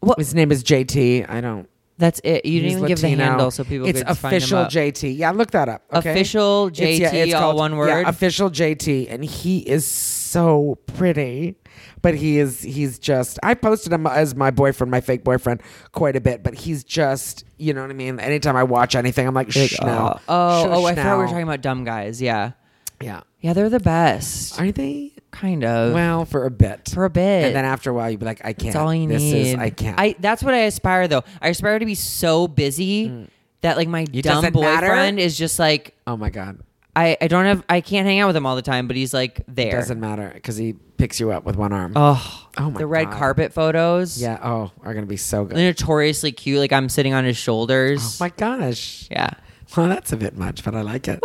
Speaker 1: What-
Speaker 2: his name is jt i don't
Speaker 1: That's it. You
Speaker 2: He's
Speaker 1: didn't even give the
Speaker 2: Latino.
Speaker 1: handle, so people
Speaker 2: it's
Speaker 1: could find him
Speaker 2: official
Speaker 1: up.
Speaker 2: JT. Yeah, look that up. Okay?
Speaker 1: Official JT, all
Speaker 2: called-
Speaker 1: one word?
Speaker 2: Yeah, official JT, and he is so pretty, but he is he's just. I posted him as my boyfriend, my fake boyfriend, quite a bit, but he's just. You know what I mean? Anytime I watch anything, I'm like, shh,
Speaker 1: Oh,
Speaker 2: now.
Speaker 1: oh,
Speaker 2: Shush
Speaker 1: oh, I thought we
Speaker 2: now."
Speaker 1: were talking about dumb guys. Yeah,
Speaker 2: Yeah,
Speaker 1: yeah, they're the best.
Speaker 2: are they?
Speaker 1: Kind of.
Speaker 2: Well, for a bit,
Speaker 1: for a bit.
Speaker 2: and then after a while, you'd be like, I can't.
Speaker 1: That's all you
Speaker 2: this
Speaker 1: need.
Speaker 2: Is, I can't.
Speaker 1: I that's what I aspire though. I aspire to be so busy that like my dumb
Speaker 2: Mm. doesn't matter?
Speaker 1: boyfriend is just like
Speaker 2: oh my god,
Speaker 1: I I don't have I can't hang out with him all the time, but he's like there.
Speaker 2: doesn't matter because he picks you up with one arm.
Speaker 1: oh,
Speaker 2: Oh my
Speaker 1: the red
Speaker 2: God.
Speaker 1: carpet photos.
Speaker 2: Yeah. Oh, are gonna be so good.
Speaker 1: They're notoriously cute. Like I'm sitting on his shoulders.
Speaker 2: Oh My gosh.
Speaker 1: yeah.
Speaker 2: Well, that's a bit much, but I like it.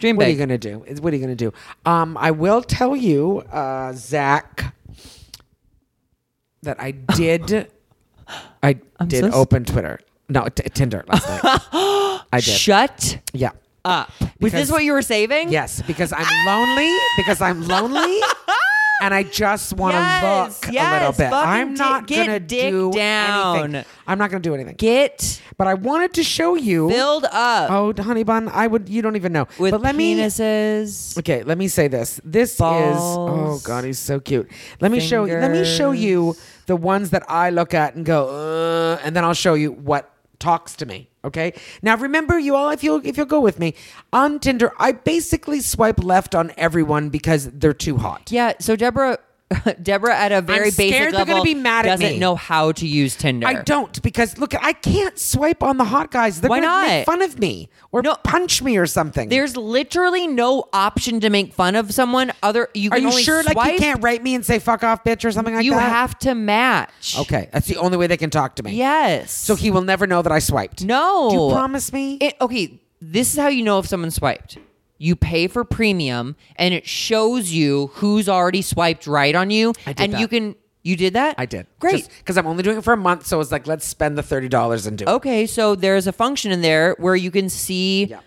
Speaker 1: Dream
Speaker 2: what are you
Speaker 1: big.
Speaker 2: gonna do? Is- What are you gonna do? Um, I will tell you, uh, Zach, that I did, I did
Speaker 1: so s-
Speaker 2: open Twitter, no t- Tinder last night. I did.
Speaker 1: Shut
Speaker 2: yeah.
Speaker 1: up. Was
Speaker 2: Because-
Speaker 1: this what you were saving?
Speaker 2: Yes, because I'm lonely. Because I'm lonely. And I just want to
Speaker 1: Yes,
Speaker 2: look a little
Speaker 1: yes,
Speaker 2: bit.
Speaker 1: fucking
Speaker 2: I'm
Speaker 1: di-
Speaker 2: not
Speaker 1: get
Speaker 2: gonna
Speaker 1: dick
Speaker 2: do anything.
Speaker 1: down.
Speaker 2: I'm not gonna do anything.
Speaker 1: Get
Speaker 2: but I wanted to show you.
Speaker 1: filled up
Speaker 2: Oh, honey bun, I would. You don't even know.
Speaker 1: with
Speaker 2: but let me.
Speaker 1: penises.
Speaker 2: Okay, let me say this. This is. Oh
Speaker 1: Balls.
Speaker 2: God, he's so cute. Let me show. Let me show you the ones that I look at and go, uh, and then I'll show you what talks to me. Okay. Now remember, you all, if you will if you'll go with me on Tinder, I basically swipe left on everyone because they're too hot.
Speaker 1: Yeah. So Deborah, Deborah, at a very
Speaker 2: scared
Speaker 1: basic
Speaker 2: they're gonna
Speaker 1: level,
Speaker 2: be mad at
Speaker 1: doesn't
Speaker 2: me.
Speaker 1: know how to use Tinder.
Speaker 2: I don't because look, I can't swipe on the hot guys. They're
Speaker 1: Why
Speaker 2: gonna make
Speaker 1: not?
Speaker 2: fun of me or
Speaker 1: No.
Speaker 2: punch me or something.
Speaker 1: There's literally no option to make fun of someone other. You
Speaker 2: Are
Speaker 1: can
Speaker 2: you
Speaker 1: only
Speaker 2: sure?
Speaker 1: Swipe.
Speaker 2: Like you can't write me and say "fuck off, bitch" or something like
Speaker 1: You
Speaker 2: that.
Speaker 1: have to match.
Speaker 2: Okay, that's the only way they can talk to me.
Speaker 1: Yes.
Speaker 2: So he will never know that I swiped.
Speaker 1: no.
Speaker 2: Do you promise me?
Speaker 1: It- okay. This is how you know if someone swiped. You pay for premium, and it shows you who's already swiped right on you,
Speaker 2: I did
Speaker 1: and
Speaker 2: that.
Speaker 1: you can. You did that.
Speaker 2: I did.
Speaker 1: Great.
Speaker 2: Because I'm only doing it for a month, so it's like let's spend the thirty dollars and do it.
Speaker 1: okay. So there's a function in there where you can see.
Speaker 2: Yeah.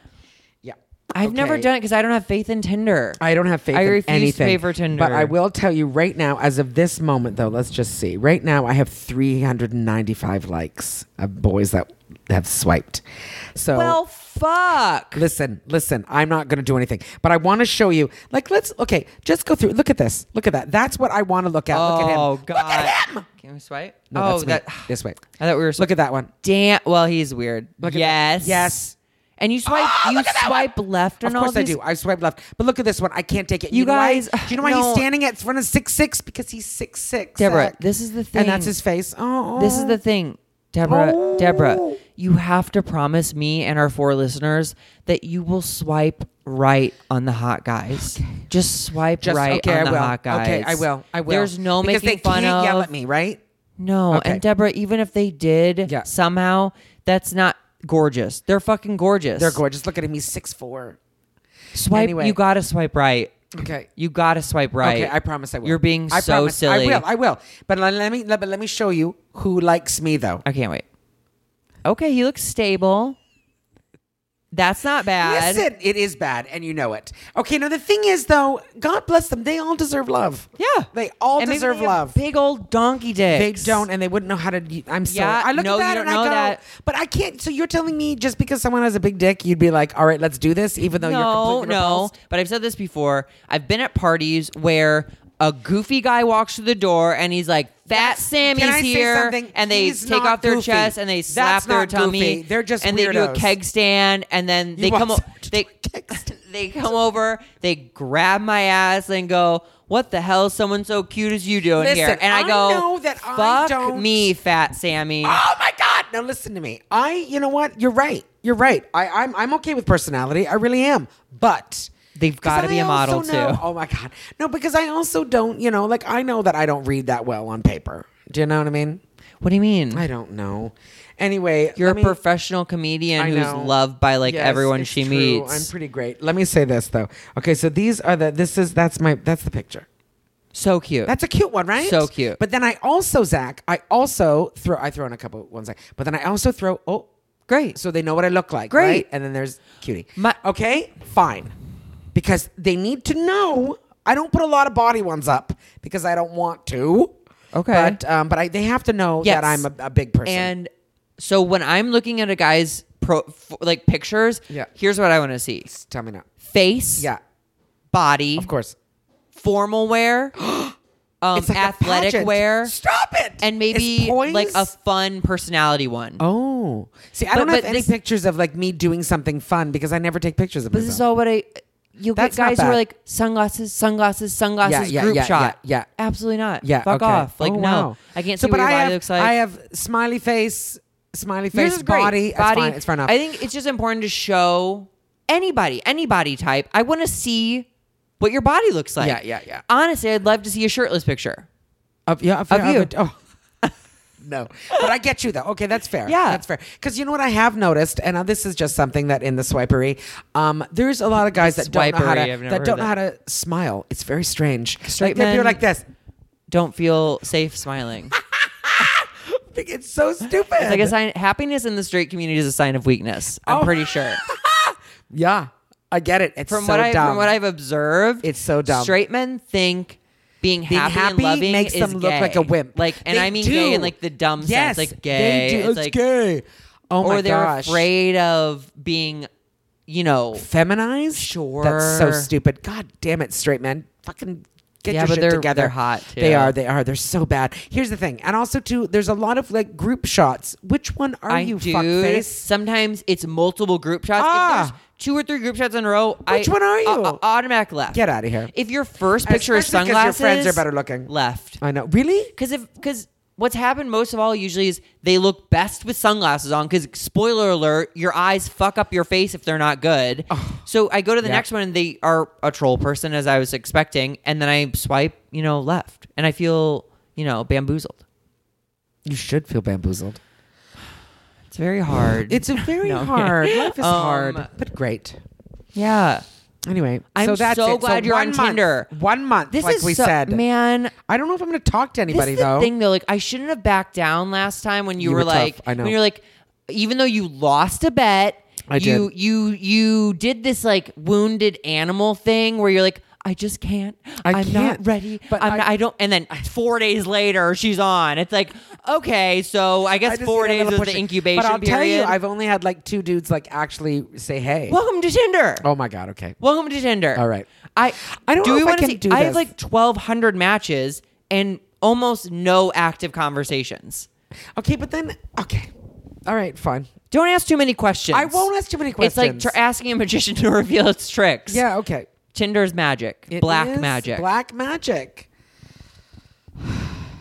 Speaker 2: Yeah.
Speaker 1: I've never
Speaker 2: Okay.
Speaker 1: done it because I don't have faith in Tinder.
Speaker 2: I don't have faith
Speaker 1: I
Speaker 2: in
Speaker 1: refuse to
Speaker 2: anything.
Speaker 1: pay for Tinder.
Speaker 2: But I will tell you right now, as of this moment, though, let's just see. Right now, I have 395 likes of boys that have swiped. So.
Speaker 1: well, fuck.
Speaker 2: Listen, listen, I'm not going to do anything, but I want to show you. Like, let's, okay, just go through. Look at this. Look at that. That's what I want to look at. look at him.
Speaker 1: Oh god.
Speaker 2: Look at him.
Speaker 1: Can we swipe?
Speaker 2: No,
Speaker 1: oh,
Speaker 2: that's me.
Speaker 1: that.
Speaker 2: This way.
Speaker 1: I thought we were.
Speaker 2: Look at that one.
Speaker 1: Damn. Well, he's weird.
Speaker 2: Look at
Speaker 1: yes.
Speaker 2: that. Yes.
Speaker 1: And you swipe.
Speaker 2: Oh,
Speaker 1: you
Speaker 2: look at that
Speaker 1: swipe left
Speaker 2: Of
Speaker 1: and all
Speaker 2: course I
Speaker 1: these-
Speaker 2: do. I swipe left. But look at this one. I can't take it.
Speaker 1: You
Speaker 2: know why?
Speaker 1: guys-
Speaker 2: Do you know why
Speaker 1: no.
Speaker 2: he's standing at front of six six? Because he's six six.
Speaker 1: Deborah, this is the thing.
Speaker 2: And that's his face. Oh.
Speaker 1: This is the thing, Deborah.
Speaker 2: Oh.
Speaker 1: Deborah, you have to promise me and our four listeners that you will swipe right on the hot guys. Just swipe
Speaker 2: Just,
Speaker 1: right
Speaker 2: okay,
Speaker 1: on
Speaker 2: I
Speaker 1: the
Speaker 2: will.
Speaker 1: hot guys.
Speaker 2: Okay, I will. I will.
Speaker 1: There's no
Speaker 2: because
Speaker 1: making
Speaker 2: they
Speaker 1: fun
Speaker 2: can't
Speaker 1: of.
Speaker 2: yell at me, right?
Speaker 1: No,
Speaker 2: Okay.
Speaker 1: and Deborah, even if they did
Speaker 2: Yeah.
Speaker 1: somehow, that's not gorgeous. They're fucking gorgeous.
Speaker 2: They're gorgeous. Look at him. He's six four.
Speaker 1: Swipe.
Speaker 2: Anyway.
Speaker 1: You gotta swipe right.
Speaker 2: Okay.
Speaker 1: You gotta swipe right.
Speaker 2: Okay, I promise I will.
Speaker 1: You're being
Speaker 2: I
Speaker 1: so
Speaker 2: promise.
Speaker 1: silly.
Speaker 2: I will. I will. But let let me let, but let me show you who likes me though.
Speaker 1: I can't wait. Okay, he looks stable. That's not bad.
Speaker 2: Listen, it is bad, and you know it. Okay, now the thing is, though, God bless them. They all deserve love.
Speaker 1: Yeah,
Speaker 2: They all
Speaker 1: And maybe
Speaker 2: deserve
Speaker 1: they have
Speaker 2: love.
Speaker 1: Big old donkey
Speaker 2: They
Speaker 1: dicks.
Speaker 2: don't, and they wouldn't know how to. y- I'm sorry.
Speaker 1: Yeah,
Speaker 2: I look
Speaker 1: no,
Speaker 2: at that
Speaker 1: you don't
Speaker 2: and I
Speaker 1: know
Speaker 2: go,
Speaker 1: that.
Speaker 2: but I can't. So you're telling me just because someone has a big dick, you'd be like, all right, let's do this, even though you're
Speaker 1: No,
Speaker 2: completely
Speaker 1: no.
Speaker 2: repulsed?
Speaker 1: But I've said this before. I've been at parties where a goofy guy walks through the door and he's like, "Fat Sammy's
Speaker 2: Can I say
Speaker 1: here,"
Speaker 2: something?
Speaker 1: and they
Speaker 2: He's
Speaker 1: take
Speaker 2: not
Speaker 1: off their
Speaker 2: goofy.
Speaker 1: chest and they
Speaker 2: That's
Speaker 1: slap their
Speaker 2: not
Speaker 1: tummy.
Speaker 2: goofy. They're just
Speaker 1: and they do a
Speaker 2: weirdos.
Speaker 1: keg stand, and then they
Speaker 2: want
Speaker 1: come. o-
Speaker 2: someone to
Speaker 1: They
Speaker 2: do a keg stand.
Speaker 1: they come over, they grab my ass and go. What the hell? Someone so cute as you doing here?
Speaker 2: Listen,
Speaker 1: And I
Speaker 2: I
Speaker 1: go,
Speaker 2: know that I
Speaker 1: "Fuck
Speaker 2: don't-
Speaker 1: me, Fat Sammy."
Speaker 2: Oh my God! Now listen to me. I, you know what? You're right. You're right. I, I'm, I'm okay with personality. I really am. But
Speaker 1: They've got to
Speaker 2: Because
Speaker 1: be a
Speaker 2: I
Speaker 1: model
Speaker 2: also
Speaker 1: too.
Speaker 2: know- Oh my god, no, because I also don't. You know, like I know that I don't read that well on paper. Do you know what I mean?
Speaker 1: What do you mean?
Speaker 2: I don't know. Anyway,
Speaker 1: You're a
Speaker 2: let me-
Speaker 1: professional comedian
Speaker 2: I
Speaker 1: who's
Speaker 2: know.
Speaker 1: loved by like
Speaker 2: Yes,
Speaker 1: everyone
Speaker 2: it's
Speaker 1: she
Speaker 2: true.
Speaker 1: meets.
Speaker 2: I'm pretty great. Let me say this though. Okay, so these are the. This is that's my that's the picture.
Speaker 1: so cute.
Speaker 2: That's a cute one, right?
Speaker 1: So cute.
Speaker 2: But then I also Zach, I also throw I throw in a couple ones. like- But then I also throw oh
Speaker 1: great.
Speaker 2: so they know what I look like.
Speaker 1: Great.
Speaker 2: right? And then there's cutie.
Speaker 1: My-
Speaker 2: okay, fine. Because they need to know. I don't put a lot of body ones up because I don't want to.
Speaker 1: Okay.
Speaker 2: But um, but I, they have to know
Speaker 1: Yes.
Speaker 2: that I'm a, a big person.
Speaker 1: and so when I'm looking at a guy's pro f- like pictures,
Speaker 2: Yeah.
Speaker 1: here's what I want to see:
Speaker 2: tell me now.
Speaker 1: face,
Speaker 2: Yeah,
Speaker 1: body,
Speaker 2: of course.
Speaker 1: formal wear, um,
Speaker 2: It's like a
Speaker 1: athletic
Speaker 2: pageant.
Speaker 1: wear,
Speaker 2: Stop it.
Speaker 1: and maybe
Speaker 2: It's poise.
Speaker 1: like a fun personality one.
Speaker 2: Oh, see, I
Speaker 1: But-
Speaker 2: don't have
Speaker 1: but
Speaker 2: any
Speaker 1: this-
Speaker 2: pictures of like me doing something fun because I never take pictures of
Speaker 1: But
Speaker 2: myself.
Speaker 1: this is all what I. You
Speaker 2: That's
Speaker 1: get
Speaker 2: not
Speaker 1: guys who are
Speaker 2: bad.
Speaker 1: like sunglasses, sunglasses, sunglasses,
Speaker 2: yeah,
Speaker 1: group
Speaker 2: yeah,
Speaker 1: shot.
Speaker 2: yeah, yeah.
Speaker 1: absolutely not.
Speaker 2: yeah,
Speaker 1: fuck
Speaker 2: okay.
Speaker 1: off. Like
Speaker 2: Oh,
Speaker 1: no,
Speaker 2: wow.
Speaker 1: I can't
Speaker 2: So,
Speaker 1: see
Speaker 2: but
Speaker 1: what your
Speaker 2: I
Speaker 1: body
Speaker 2: have,
Speaker 1: looks like.
Speaker 2: I have smiley face, smiley
Speaker 1: Yours
Speaker 2: face,
Speaker 1: is great.
Speaker 2: body. It's fine. It's fine. Enough.
Speaker 1: I think it's just important to show anybody, any body type. I want to see what your body looks like.
Speaker 2: Yeah, yeah, yeah.
Speaker 1: Honestly, I'd love to see a shirtless picture.
Speaker 2: Of, yeah, of, yeah,
Speaker 1: you.
Speaker 2: of it- oh. no, but I get you though. Okay, that's fair.
Speaker 1: Yeah.
Speaker 2: that's fair. Because you know what I have noticed, and uh, this is just something that in the swipery, um, there's a lot of guys that don't know how
Speaker 1: swipery, I've
Speaker 2: to
Speaker 1: never
Speaker 2: that don't
Speaker 1: heard
Speaker 2: know how to smile. It's very strange.
Speaker 1: Straight
Speaker 2: like, they're
Speaker 1: men-
Speaker 2: like this.
Speaker 1: Don't feel safe smiling.
Speaker 2: It's so stupid.
Speaker 1: It's like a sign. Happiness in the straight community is a sign of weakness. I'm
Speaker 2: Oh.
Speaker 1: pretty sure.
Speaker 2: yeah, I get it. It's
Speaker 1: From
Speaker 2: so
Speaker 1: what I
Speaker 2: dumb.
Speaker 1: from what I've observed,
Speaker 2: It's so dumb.
Speaker 1: Straight men think. Being happy,
Speaker 2: Being
Speaker 1: and
Speaker 2: happy
Speaker 1: loving
Speaker 2: makes
Speaker 1: is
Speaker 2: them look
Speaker 1: gay.
Speaker 2: like a wimp.
Speaker 1: Like, and
Speaker 2: They
Speaker 1: I mean
Speaker 2: do.
Speaker 1: gay in like the dumb
Speaker 2: yes,
Speaker 1: sense, like gay.
Speaker 2: They do.
Speaker 1: It's
Speaker 2: It's,
Speaker 1: like,
Speaker 2: gay. Oh my
Speaker 1: or they're
Speaker 2: gosh.
Speaker 1: afraid of being, you know,
Speaker 2: feminized.
Speaker 1: Sure.
Speaker 2: that's so stupid. God damn it, straight men, fucking get
Speaker 1: Yeah,
Speaker 2: your
Speaker 1: but
Speaker 2: shit
Speaker 1: they're-
Speaker 2: together.
Speaker 1: they're hot, too.
Speaker 2: They are. They are. They're so bad. Here's the thing, and also too, there's a lot of like group shots. Which one are
Speaker 1: I
Speaker 2: you,
Speaker 1: do.
Speaker 2: fuckface?
Speaker 1: Sometimes it's multiple group shots. If
Speaker 2: Ah.
Speaker 1: there's two or three group shots in a row,
Speaker 2: Which
Speaker 1: I-
Speaker 2: one are you?
Speaker 1: a- a- automatic left.
Speaker 2: Get outta here.
Speaker 1: If your first picture is
Speaker 2: Especially 'cause your
Speaker 1: sunglasses,
Speaker 2: friends are better looking.
Speaker 1: Left.
Speaker 2: I know. Really?
Speaker 1: Because if because what's happened most of all usually is they look best with sunglasses on. Because spoiler alert, your eyes fuck up your face if they're not good. So I go to the
Speaker 2: Yeah.
Speaker 1: next one and they are a troll person as I was expecting, and then I swipe, you know, left, and I feel you know bamboozled.
Speaker 2: You should feel bamboozled.
Speaker 1: It's very hard.
Speaker 2: It's a very
Speaker 1: No.
Speaker 2: hard. Life is
Speaker 1: Um,
Speaker 2: hard, but great.
Speaker 1: yeah.
Speaker 2: Anyway,
Speaker 1: I'm
Speaker 2: so that's
Speaker 1: so
Speaker 2: it.
Speaker 1: glad you're
Speaker 2: one
Speaker 1: on
Speaker 2: month-
Speaker 1: Tinder.
Speaker 2: One month,
Speaker 1: This
Speaker 2: like
Speaker 1: is
Speaker 2: we
Speaker 1: so-
Speaker 2: said.
Speaker 1: man.
Speaker 2: I don't know if I'm going to talk to
Speaker 1: This
Speaker 2: anybody
Speaker 1: is the
Speaker 2: though.
Speaker 1: thing though. Like I shouldn't have backed down last time when you,
Speaker 2: You
Speaker 1: were,
Speaker 2: were tough.
Speaker 1: like,
Speaker 2: I know.
Speaker 1: when you're like, even though you lost a bet
Speaker 2: I
Speaker 1: you
Speaker 2: did.
Speaker 1: you you did this like wounded animal thing where you're like. I just can't.
Speaker 2: I
Speaker 1: am
Speaker 2: can't,
Speaker 1: not ready.
Speaker 2: but
Speaker 1: But I'm
Speaker 2: I-
Speaker 1: I, not, I don't. And then four days later, she's on. It's like, okay, so I guess
Speaker 2: I just
Speaker 1: four
Speaker 2: need a
Speaker 1: days
Speaker 2: little
Speaker 1: is
Speaker 2: push.
Speaker 1: the incubation
Speaker 2: But I'll
Speaker 1: period.
Speaker 2: tell you, I've only had like two dudes like actually say hey.
Speaker 1: Welcome to Tinder.
Speaker 2: Oh my god. Okay.
Speaker 1: Welcome to Tinder.
Speaker 2: All right.
Speaker 1: I
Speaker 2: I don't know
Speaker 1: we
Speaker 2: if I
Speaker 1: wanna
Speaker 2: can
Speaker 1: say-
Speaker 2: do
Speaker 1: I have
Speaker 2: this.
Speaker 1: like twelve hundred matches and almost no active conversations.
Speaker 2: Okay, but then okay. All right. Fine.
Speaker 1: Don't ask too many questions.
Speaker 2: I won't ask too many
Speaker 1: It's
Speaker 2: questions.
Speaker 1: like tr- asking a magician to reveal its tricks.
Speaker 2: Yeah. Okay.
Speaker 1: Tinder's magic.
Speaker 2: It
Speaker 1: black
Speaker 2: is
Speaker 1: magic.
Speaker 2: Black magic.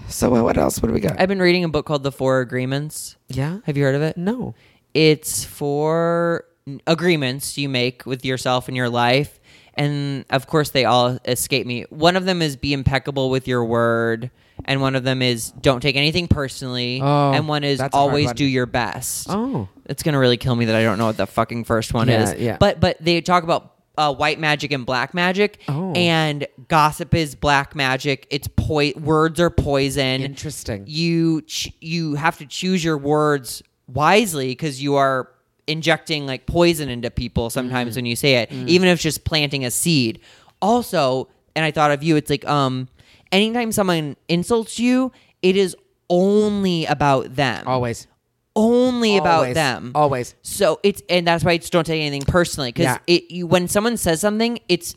Speaker 2: So uh, what else? What do we got?
Speaker 1: I've been reading a book called The Four Agreements.
Speaker 2: yeah.
Speaker 1: Have you heard of it?
Speaker 2: No.
Speaker 1: It's for agreements you make with yourself and your life. And of course, they all escape me. One of them is be impeccable with your word. And one of them is don't take anything personally.
Speaker 2: Oh,
Speaker 1: and one is
Speaker 2: that's a hard
Speaker 1: always
Speaker 2: one.
Speaker 1: do your best.
Speaker 2: Oh.
Speaker 1: It's going to really kill me that I don't know what the fucking first one
Speaker 2: Yeah,
Speaker 1: is.
Speaker 2: yeah.
Speaker 1: But, but they talk about uh, white magic and black magic.
Speaker 2: Oh.
Speaker 1: And gossip is black magic. It's poi- words are poison
Speaker 2: Interesting.
Speaker 1: you ch- you have to choose your words wisely because you are injecting like poison into people sometimes
Speaker 2: Mm.
Speaker 1: when you say it even if it's just planting a seed also and i thought of you it's like um anytime someone insults you it is only about them
Speaker 2: Always.
Speaker 1: only about
Speaker 2: Always.
Speaker 1: them
Speaker 2: Always.
Speaker 1: so it's and that's why it's don't take anything personally because
Speaker 2: Yeah.
Speaker 1: it you, when someone says something, it's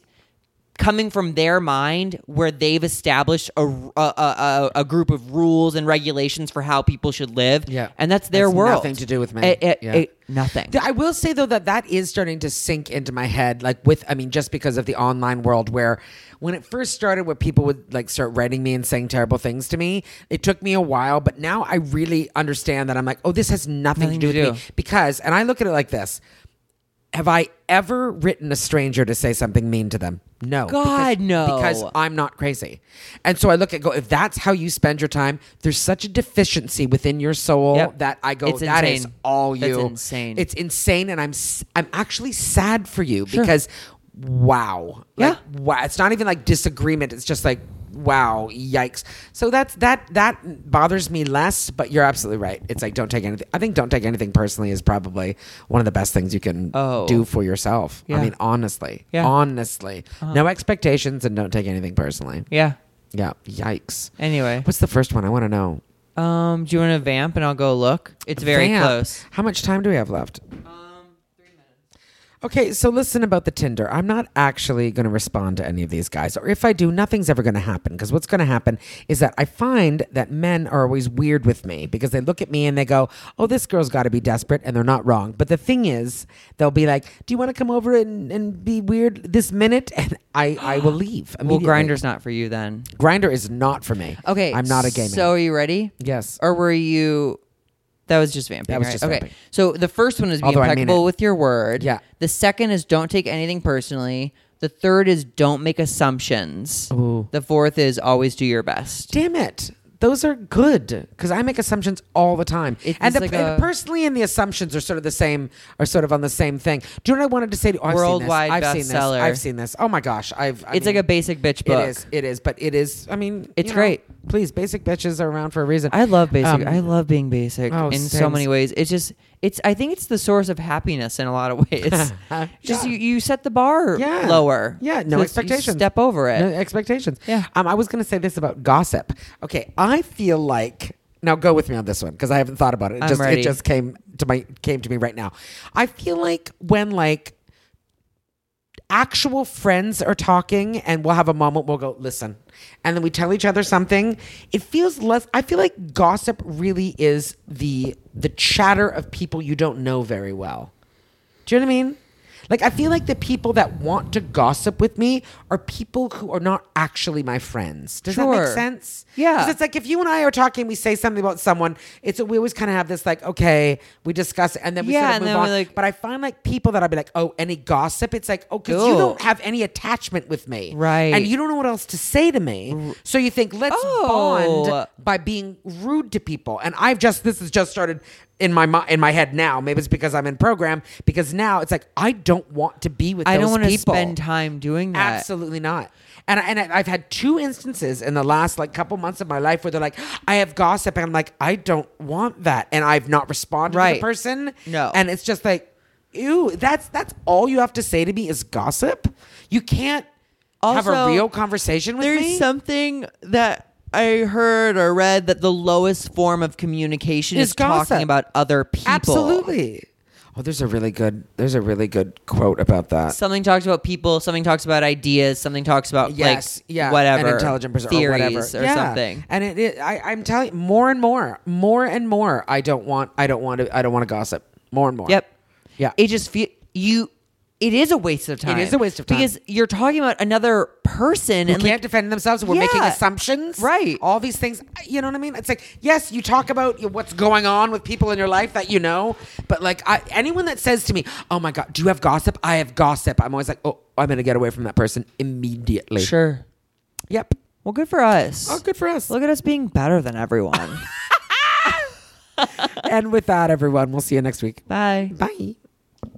Speaker 1: coming from their mind where they've established a a, a, a- a group of rules and regulations for how people should live.
Speaker 2: Yeah.
Speaker 1: and that's their
Speaker 2: It's
Speaker 1: world.
Speaker 2: nothing to do with me.
Speaker 1: It- it-
Speaker 2: Yeah.
Speaker 1: it- nothing.
Speaker 2: Th- I will say though that that is starting to sink into my head, like with I mean, just because of the online world, where when it first started, where people would like start writing me and saying terrible things to me, it took me a while, but now I really understand that I'm like, oh, this has nothing,
Speaker 1: Nothing
Speaker 2: to do
Speaker 1: to do.
Speaker 2: with me because, and I look at it like this: Have I ever written a stranger to say something mean to them? No,
Speaker 1: God,
Speaker 2: because-
Speaker 1: no.
Speaker 2: because I'm not crazy, and so I look at go if that's how you spend your time, there's such a deficiency within your soul
Speaker 1: Yep.
Speaker 2: that I go, that
Speaker 1: It's
Speaker 2: is
Speaker 1: insane.
Speaker 2: all you.
Speaker 1: That's insane.
Speaker 2: It's insane and i'm s- i'm actually sad for you because wow like
Speaker 1: Yeah.
Speaker 2: wow it's not even like disagreement it's just like wow yikes so that's that that bothers me less but you're absolutely right it's like don't take anything i think don't take anything personally is probably one of the best things you can
Speaker 1: Oh.
Speaker 2: do for yourself i
Speaker 1: Yeah.
Speaker 2: mean honestly
Speaker 1: Yeah. Uh-huh.
Speaker 2: honestly no expectations and don't take anything personally
Speaker 1: yeah.
Speaker 2: yeah yikes
Speaker 1: Anyway,
Speaker 2: what's the first one i want to know
Speaker 1: um, do you want to vamp and I'll go look? It's very
Speaker 2: Vamp.
Speaker 1: close.
Speaker 2: how much time do we have left
Speaker 1: Um, Three minutes.
Speaker 2: Okay, so listen about the Tinder. I'm not actually going to respond to any of these guys, or if I do, nothing's ever going to happen. Because what's going to happen is that I find that men are always weird with me because they look at me and they go, "Oh, this girl's got to be desperate," and they're not wrong. But the thing is, they'll be like, "Do you want to come over and, and be weird this minute?" And I I will leave.
Speaker 1: Well,
Speaker 2: immediately.
Speaker 1: grinder's not for you then.
Speaker 2: grinder is not for me.
Speaker 1: Okay,
Speaker 2: I'm not a gay man.
Speaker 1: So are you ready?
Speaker 2: yes,
Speaker 1: or were you? That was just vamping.
Speaker 2: That was
Speaker 1: right?
Speaker 2: just
Speaker 1: okay.
Speaker 2: vamping.
Speaker 1: So the first one is be
Speaker 2: Although I mean
Speaker 1: impeccable
Speaker 2: it.
Speaker 1: with your word.
Speaker 2: Yeah.
Speaker 1: The second is don't take anything personally. The third is don't make assumptions.
Speaker 2: Ooh.
Speaker 1: The fourth is always do your best.
Speaker 2: damn it those are good because i make assumptions all the time
Speaker 1: It
Speaker 2: and, the,
Speaker 1: is like
Speaker 2: and
Speaker 1: a-
Speaker 2: personally and the assumptions are sort of the same are sort of on the same thing do you know what i wanted to say to oh, I've
Speaker 1: Worldwide
Speaker 2: seen this. I've seen this
Speaker 1: bestseller.
Speaker 2: i've seen this oh my gosh i've I
Speaker 1: it's
Speaker 2: mean,
Speaker 1: like a basic bitch book.
Speaker 2: it is it is but it is i mean
Speaker 1: It's
Speaker 2: you know,
Speaker 1: great.
Speaker 2: please basic bitches are around for a reason
Speaker 1: I love basic.
Speaker 2: Um,
Speaker 1: I love being basic
Speaker 2: oh,
Speaker 1: in so
Speaker 2: same.
Speaker 1: many ways. It's just it's. I think it's the source of happiness in a lot of ways. Just
Speaker 2: Yeah.
Speaker 1: you, you set the bar
Speaker 2: yeah.
Speaker 1: lower.
Speaker 2: Yeah,
Speaker 1: So
Speaker 2: no
Speaker 1: you
Speaker 2: expectations.
Speaker 1: Step over it.
Speaker 2: No expectations.
Speaker 1: Yeah.
Speaker 2: Um, I was going to say this about gossip. Okay, I feel like now go with me on this one because I haven't thought about it. It
Speaker 1: I'm
Speaker 2: just
Speaker 1: ready.
Speaker 2: it just came to my came to me right now. I feel like when like actual friends are talking and we'll have a moment we'll go listen and then we tell each other something it feels less i feel like gossip really is the the chatter of people you don't know very well do you know what I mean? Like I feel like the people that want to gossip with me are people who are not actually my friends. Does that
Speaker 1: Sure.
Speaker 2: make sense?
Speaker 1: Yeah.
Speaker 2: 'Cause it's like if you and I are talking, we say something about someone. It's we always kind of have this like, okay, we discuss it, and then we
Speaker 1: Yeah,
Speaker 2: sort of
Speaker 1: and
Speaker 2: move
Speaker 1: then we
Speaker 2: on.
Speaker 1: like-
Speaker 2: but I find like people that I'd be like, oh, any gossip? It's like, oh, because you
Speaker 1: Ew.
Speaker 2: don't have any attachment with me,
Speaker 1: Right.
Speaker 2: And you don't know what else to say to me, so you think let's
Speaker 1: Oh.
Speaker 2: bond by being rude to people. And I've just this has just started in my mi- in my head now. Maybe it's because I'm in program because now it's like I don't want to be with.
Speaker 1: I
Speaker 2: those
Speaker 1: don't want to
Speaker 2: people.
Speaker 1: spend time doing that.
Speaker 2: Absolutely not. And I, and I- I've had two instances in the last like couple months of my life where they're like, I have gossip, and I'm like, I don't want that, and I've not responded to
Speaker 1: Right.
Speaker 2: the person.
Speaker 1: No.
Speaker 2: and it's just like. ew, that's that's all you have to say to me is gossip. You can't have
Speaker 1: Also,
Speaker 2: a real conversation with
Speaker 1: There's
Speaker 2: me.
Speaker 1: something that I heard or read that the lowest form of communication
Speaker 2: Is
Speaker 1: is,
Speaker 2: gossip.
Speaker 1: talking about other people.
Speaker 2: Absolutely. Oh, there's a really good there's a really good quote about that.
Speaker 1: Something talks about people, something talks about ideas, something talks about
Speaker 2: yes,
Speaker 1: like
Speaker 2: yeah,
Speaker 1: whatever
Speaker 2: an intelligent person
Speaker 1: theories
Speaker 2: or whatever, Yeah.
Speaker 1: something.
Speaker 2: And it, it I, I'm telling you, more and more, more and more. I don't want, I don't want to, I don't want to gossip. More and more.
Speaker 1: Yep.
Speaker 2: Yeah.
Speaker 1: It just feel you. It is a waste of time.
Speaker 2: is a waste of time.
Speaker 1: because you're talking about another person
Speaker 2: who
Speaker 1: and
Speaker 2: can't
Speaker 1: like,
Speaker 2: defend themselves. We're making
Speaker 1: Yeah.
Speaker 2: assumptions,
Speaker 1: Right.
Speaker 2: All these things, you know what I mean? It's like, yes, you talk about what's going on with people in your life that you know, but like I, anyone that says to me, "Oh my god, do you have gossip?" I have gossip. I'm always like, "Oh, I'm gonna get away from that person immediately."
Speaker 1: sure.
Speaker 2: Yep.
Speaker 1: Well, good for us.
Speaker 2: Oh, good for us.
Speaker 1: Look at us being better than everyone.
Speaker 2: and with that, everyone, we'll see you next week.
Speaker 1: Bye.
Speaker 2: Bye.